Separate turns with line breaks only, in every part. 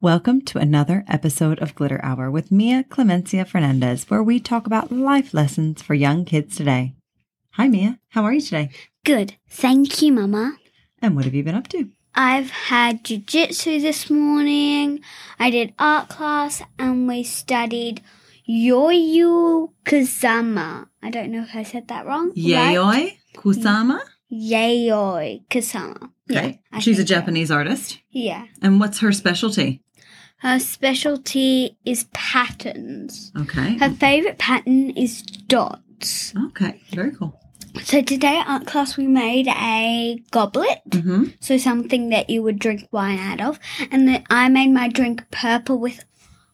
Welcome to another episode of Glitter Hour with Mia Clemencia Fernandez, where we talk about life lessons for young kids today. Hi, Mia. How are you today?
Good. Thank you, Mama.
And what have you been up to?
I've had jujitsu this morning. I did art class and we studied yoyo kazama. I don't know if I said that wrong. right?
Yayoi Kusama.
Yayoi kazama.
Right.
I
She's a
think so.
Japanese artist.
Yeah.
And what's her specialty?
Her specialty is patterns.
Okay.
Her favorite pattern is dots.
okay. Very cool.
So today at art class we made a goblet.
Mm-hmm.
so something that you would drink wine out of. And then I made my drink purple with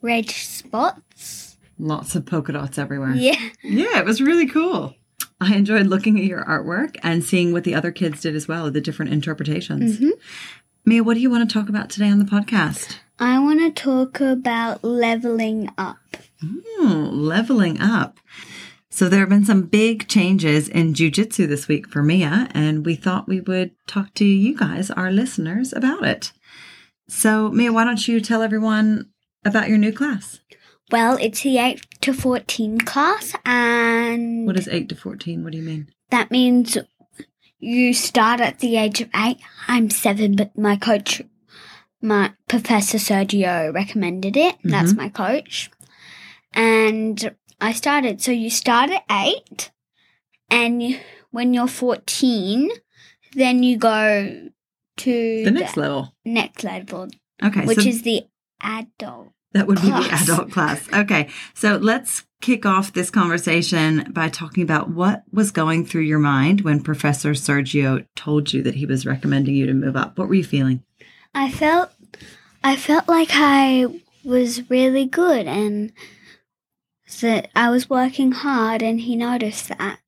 red spots.
Lots of polka dots everywhere.
Yeah,
Yeah, it was really cool. I enjoyed looking at your artwork and seeing what the other kids did as well, the different interpretations.
Mm-hmm.
Mia, what do you want to talk about today on the podcast?
I want to talk about leveling up.
Hmm, leveling up. So there have been some big changes in jujitsu this week for Mia, and we thought we would talk to you guys, our listeners, about it. So Mia, why don't you tell everyone about your new class?
Well, it's the 8 to 14 class, and
What is eight to fourteen? What do you mean?
that means you start at the age of 8. I'm 7, but my coach, my Professor Sergio, recommended it.
Mm-hmm.
That's my coach. And I started. So you start at 8, and you- when you're 14, then you go to
The next level.
next level,
Okay,
which
so
is the adult.
That would be the
class.
adult class. Okay. So let's kick off this conversation by talking about what was going through your mind when Professor Sergio told you that he was recommending you to move up. What were you feeling?
I felt I felt like I was really good and that I was working hard and he noticed that.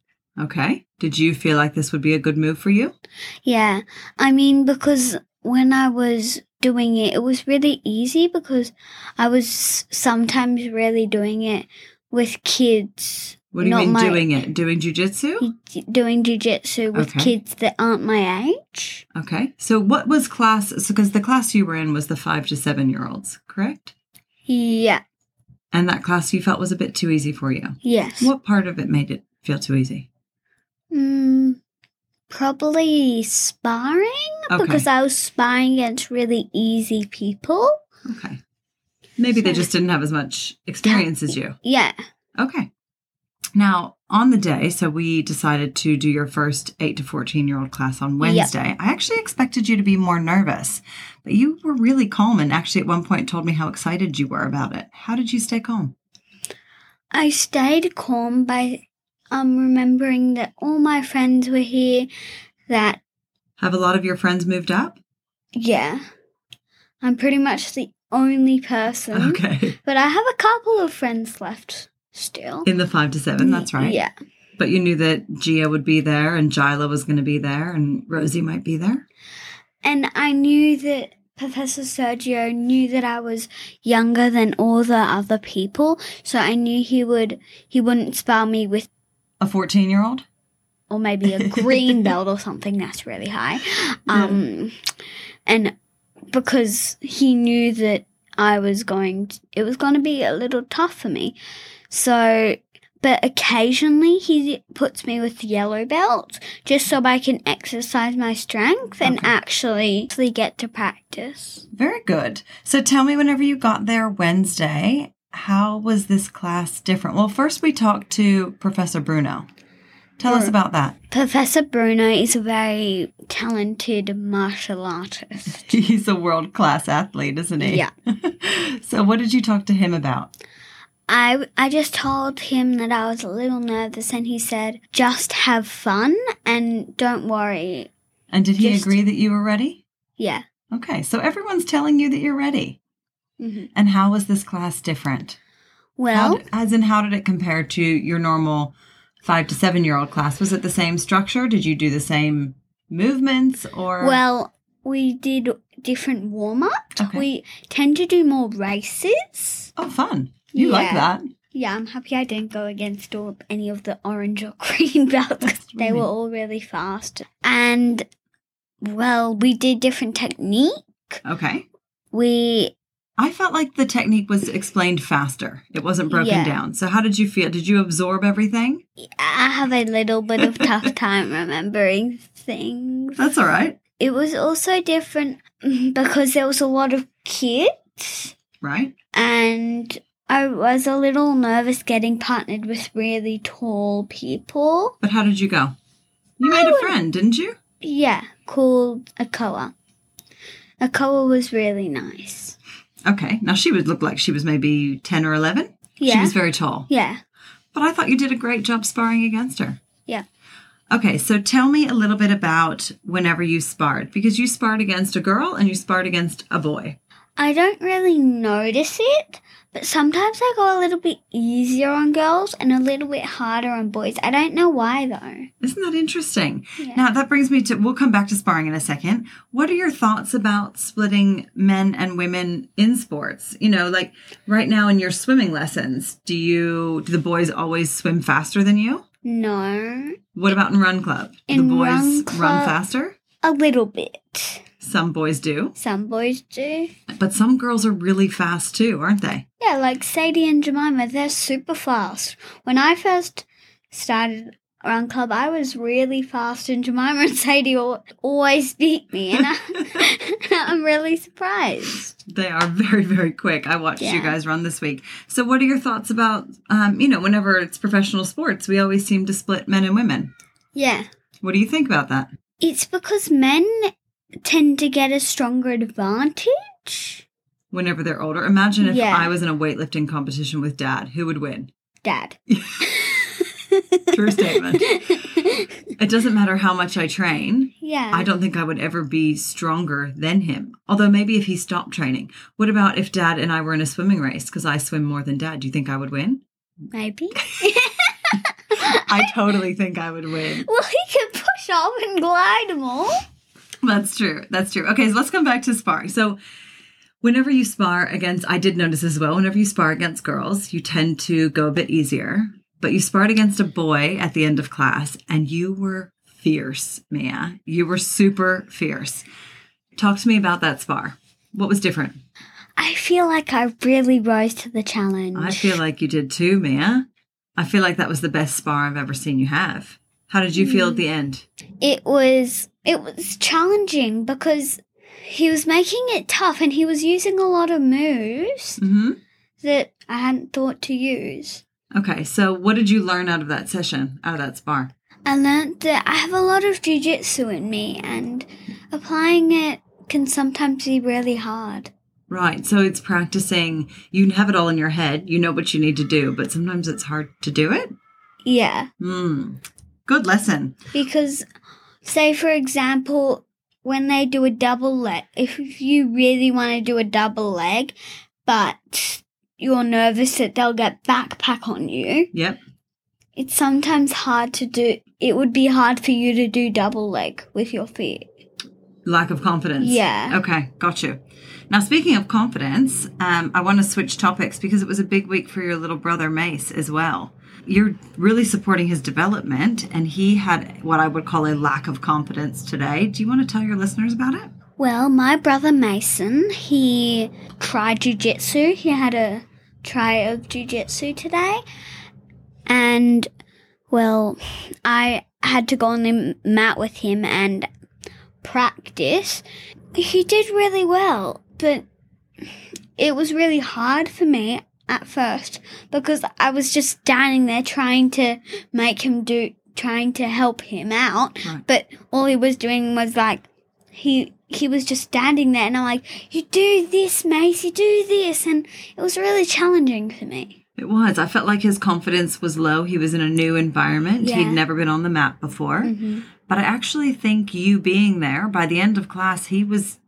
Okay. Did you feel like this would be a good move for you?
Yeah. I mean because when I was doing it it was really easy because I was sometimes really doing it with kids.
What do you
Not
mean
my-
doing it? Doing jujitsu?
Doing jujitsu with
Okay.
kids that aren't my age.
Okay. So what was class? So because the class you were in was the five to seven year olds, correct?
Yeah.
And that class you felt was a bit too easy for you.
Yes.
What part of it made it feel too easy?
Mm, probably sparring.
Okay.
because I was sparring against really easy people.
Okay. Maybe they just didn't have as much experience as you.
Yeah,
Okay. Now, on the day, so we decided to do your first 8 to 14 year old class on Wednesday. I actually expected you to be more nervous, but you were really calm and actually at one point told me how excited you were about it. How did you stay calm?
I stayed calm by um remembering that all my friends were here. That
Have a lot of your friends moved up?
yeah, I'm pretty much the only person,
Okay.
but I have a couple of friends left still.
In the 5 to 7, that's right.
Yeah,
But you knew that Gia would be there and Jyla was going to be there and Rosie might be there.
and I knew that. Professor Sergio knew that I was younger than all the other people, so I knew he would he wouldn't spar me with
A 14 year old?
or maybe a green belt or something that's really high. Um, And because he knew that I was going, to, it was going to be a little tough for me. So, but occasionally he puts me with yellow belt just so I can exercise my strength and
Okay.
actually, actually get to practice.
Very good. So tell me whenever you got there Wednesday, how was this class different? Well, first we talked to Professor Bruno. Tell us
Sure.
about that.
Professor Bruno is a very talented martial artist.
He's a world class athlete, isn't he?
Yeah.
so what did you talk to him about?
I, I just told him that I was a little nervous, and he said, just have fun and don't worry.
And did he
Just-
agree that you were ready?
Yeah.
Okay. So everyone's telling you that you're ready.
hmm
And how was this class different?
Well,
How d- as in how did it compare to your normal 5 to 7 year old class? Was it the same structure? Did you do the same movements or
well, we did different warm ups.
Okay.
We tend to do more races.
Oh, fun. You like
Yeah.
that.
Yeah, I'm happy I didn't go against all any of the orange or green belts. 'cause
That's
They were
really-
all really fast. And, well, we did different technique.
Okay.
we
I felt like the technique was explained faster. It wasn't broken
Yeah.
down. So how did you feel? Did you absorb everything?
I have a little bit of tough time remembering things.
That's all right.
It was also different because there was a lot of kids,
Right?
and I was a little nervous getting partnered with really tall people.
But how did you go? You
I
made a
would-
friend, didn't you?
Yeah, called Akoa. Akoa was really nice.
Okay. Now she would look like she was maybe 10 or 11. She
Yeah.
was very tall.
yeah.
But I thought you did a great job sparring against her.
Yeah.
Okay, so tell me a little bit about whenever you sparred because you sparred against a girl and you sparred against a boy.
I don't really notice it, but sometimes I go a little bit easier on girls and a little bit harder on boys. I don't know why though.
Isn't that interesting?
Yeah.
Now, that brings me to we'll come back to sparring in a second. What are your thoughts about splitting men and women in sports? You know, like right now in your swimming lessons, do you do the boys always swim faster than you?
No,
What about in run club? Do
In
the boys
run
run
club-
faster?
a little bit.
Some boys do,
Some boys do.
but some girls are really fast too, aren't they?
Yeah, like Sadie and Jemima, they're super fast. When I first started run club, I was really fast, and Jemima and Sadie al- always beat me, and I, I'm really surprised.
They are very, very quick. I watched you
Yeah.
guys run this week. So, what are your thoughts about, um, you know, whenever it's professional sports, we always seem to split men and women.
Yeah,
What do you think about that?
it's because men tend to get a stronger advantage.
Whenever they're older, imagine if
Yeah.
I was in a weightlifting competition with dad, who would win?
Dad.
True statement. It doesn't matter how much I train.
yeah.
I don't think I would ever be stronger than him. Although maybe if he stopped training. What about if dad and I were in a swimming race because I swim more than dad? Do you think I would win?
Maybe.
I totally think I would win.
well, he can push off and glide more.
That's true. That's true. Okay, so let's come back to sparring. So, whenever you spar against, I did notice as well, whenever you spar against girls, you tend to go a bit easier. But you sparred against a boy at the end of class, and you were fierce, Mia. You were super fierce. Talk to me about that spar. What was different?
I feel like I really rose to the challenge.
I feel like you did too, Mia. I feel like that was the best spar I've ever seen you have. How did you feel at the end?
it was it was challenging because he was making it tough and he was using a lot of moves
hmm
that I hadn't thought to use.
Okay, so what did you learn out of that session, out of that spar?
I learnt that I have a lot of jujitsu in me and applying it can sometimes be really hard.
Right. So it's practicing. You have it all in your head. You know what you need to do, but sometimes it's hard to do it.
Yeah.
Hmm. Good lesson.
Because, say for example, when they do a double leg, if you really want to do a double leg, but you're nervous that they'll get backpack on you,
Yep.
it's sometimes hard to do. It would be hard for you to do double leg with your feet.
Lack of confidence.
Yeah.
Okay. Got you. Now, speaking of confidence, um, I want to switch topics because it was a big week for your little brother, Mace, as well. You're really supporting his development, and he had what I would call a lack of confidence today. Do you want to tell your listeners about it?
Well, my brother Mason, he tried jujitsu. He had a try of jujitsu today. And, well, I had to go on the m- mat with him and practice. He did really well, but it was really hard for me at first because I was just standing there trying to make him do, trying to help him out.
Right.
But all he was doing was like, he he was just standing there and I'm like, You do this, Mace, you do this and it was really challenging for me.
It was. I felt like his confidence was low. He was in a new environment.
Yeah. Mm-hmm.
He'd never been on the map before. But I actually think you being there by the end of class, he was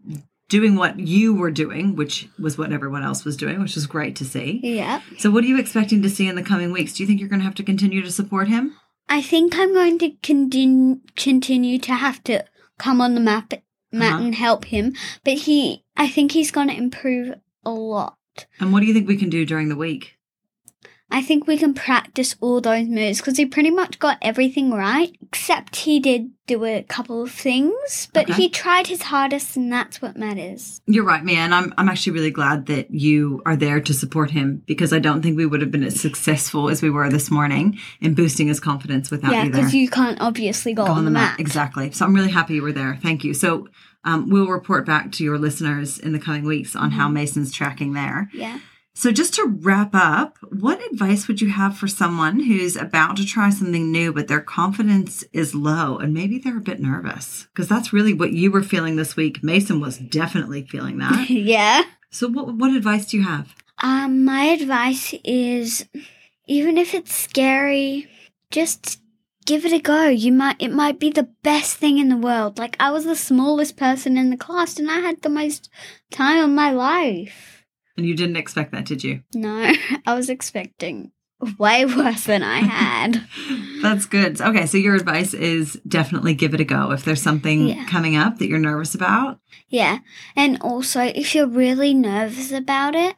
doing what you were doing, which was what everyone else was doing, which was great to see.
Yeah.
So, what are you expecting to see in the coming weeks? Do you think you're going to have to continue to support him?
I think I'm going to continue continue to have to come on the map mat
Uh-huh.
and help him, but he I think he's going to improve a lot.
And what do you think we can do during the week?
I think we can practice all those moves because he pretty much got everything right, except he did do a couple of things, but
Okay.
he tried his hardest, and that's what matters.
You're right, man. I'm I'm actually really glad that you are there to support him because I don't think we would have been as successful as we were this morning in boosting his confidence without
yeah,
either.
because you can't obviously go, on the map.
Exactly. So I'm really happy you were there. Thank you. So um, we'll report back to your listeners in the coming weeks on
Mm-hmm.
how Mason's tracking there.
Yeah.
So just to wrap up, what advice would you have for someone who's about to try something new, but their confidence is low and maybe they're a bit nervous? Because that's really what you were feeling this week. Mason was definitely feeling that.
yeah.
So what what advice do you have?
Um, my advice is even if it's scary, just give it a go. You might it might be the best thing in the world. Like I was the smallest person in the class and I had the most time of my life.
And you didn't expect that, did you?
No, I was expecting way worse than I had.
That's good. Okay, so your advice is definitely give it a go. If there's something
Yeah.
coming up that you're nervous about,
yeah. And also if you're really nervous about it,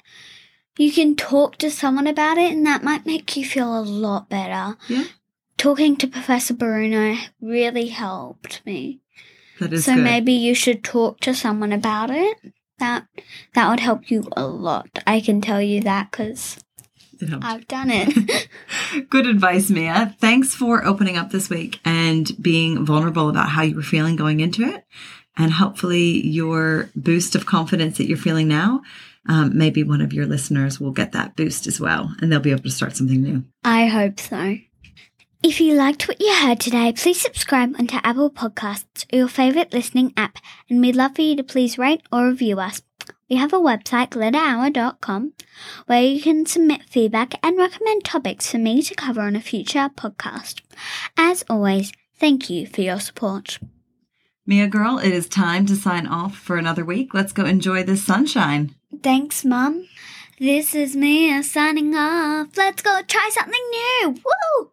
you can talk to someone about it and that might make you feel a lot better.
yeah,
talking to Professor Bruno really helped me.
that is
so
good.
maybe you should talk to someone about it. That that would help you a lot. I can tell you that because
It helps.
I've done it.
Good advice, Mia. Thanks for opening up this week and being vulnerable about how you were feeling going into it. And hopefully, your boost of confidence that you're feeling now, um, maybe one of your listeners will get that boost as well and they'll be able to start something new.
I hope so. If you liked what you heard today, please subscribe onto Apple Podcasts or your favorite listening app, and we'd love for you to please rate or review us. We have a website, glitterhour.com, where you can submit feedback and recommend topics for me to cover on a future podcast. As always, thank you for your support.
Mia girl, it is time to sign off for another week. Let's go enjoy this sunshine.
Thanks, Mum. This is Mia signing off. Let's go try something new. Woo!